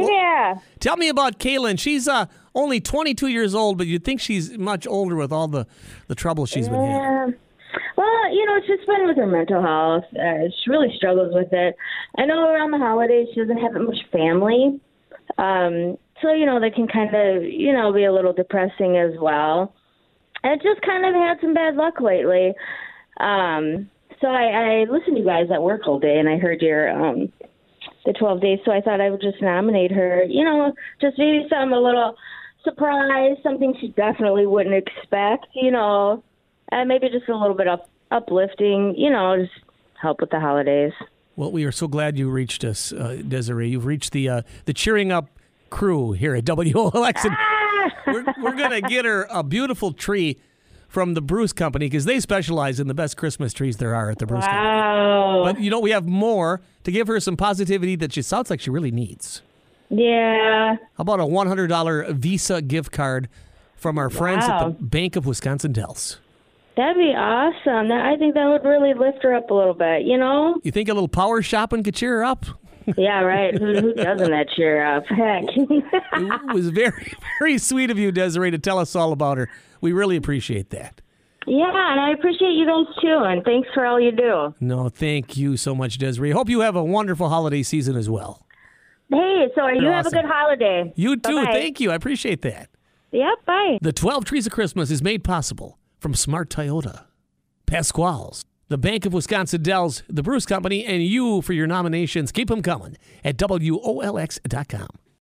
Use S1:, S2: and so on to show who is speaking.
S1: Yeah.
S2: Tell me about Kaylin. She's uh, only 22 years old, but you'd think she's much older with all the, the trouble she's been having.
S1: Yeah. Well, you know, she's been with her mental health. Uh, she really struggles with it. I know around the holidays she doesn't have much family, um, so you know that can kind of you know be a little depressing as well. And just kind of had some bad luck lately. Um, so I, I listened to you guys at work all day, and I heard your um, the 12 days. So I thought I would just nominate her. You know, just maybe some a little surprise, something she definitely wouldn't expect. You know, and Uh, maybe just a little bit up, uplifting. You know, just help with the holidays.
S2: Well, we are so glad you reached us, uh, Desiree. You've reached the uh, the cheering up crew here at WOLX. And
S1: Ah!
S2: we're we're gonna get her a beautiful tree from the Bruce Company because they specialize in the best Christmas trees there are at the Bruce Company.
S1: Wow.
S2: But you know, we have more to give her some positivity that she sounds like she really needs.
S1: yeah.
S2: How about a one hundred dollar Visa gift card from our friends
S1: Wow.
S2: at the Bank of Wisconsin Dells?
S1: That'd be awesome. That, I think that would really lift her up a little bit, you know?
S2: You think a little power shopping could cheer her up?
S1: Yeah, right. Who, who doesn't that cheer up? Heck.
S2: It was very, very sweet of you, Desiree, to tell us all about her. We really appreciate that.
S1: yeah, and I appreciate you guys too, and thanks for all you do.
S2: No, thank you so much, Desiree. Hope you have a wonderful holiday season as well.
S1: Hey, so you have a
S2: awesome.
S1: good holiday.
S2: You too.
S1: Bye-bye.
S2: Thank you. I appreciate that.
S1: Yep, bye.
S2: The 12 Trees of Christmas is made possible from Smart Toyota, Pasquale's, the Bank of Wisconsin Dells, the Bruce Company, and you for your nominations. Keep them coming at WOLX.com.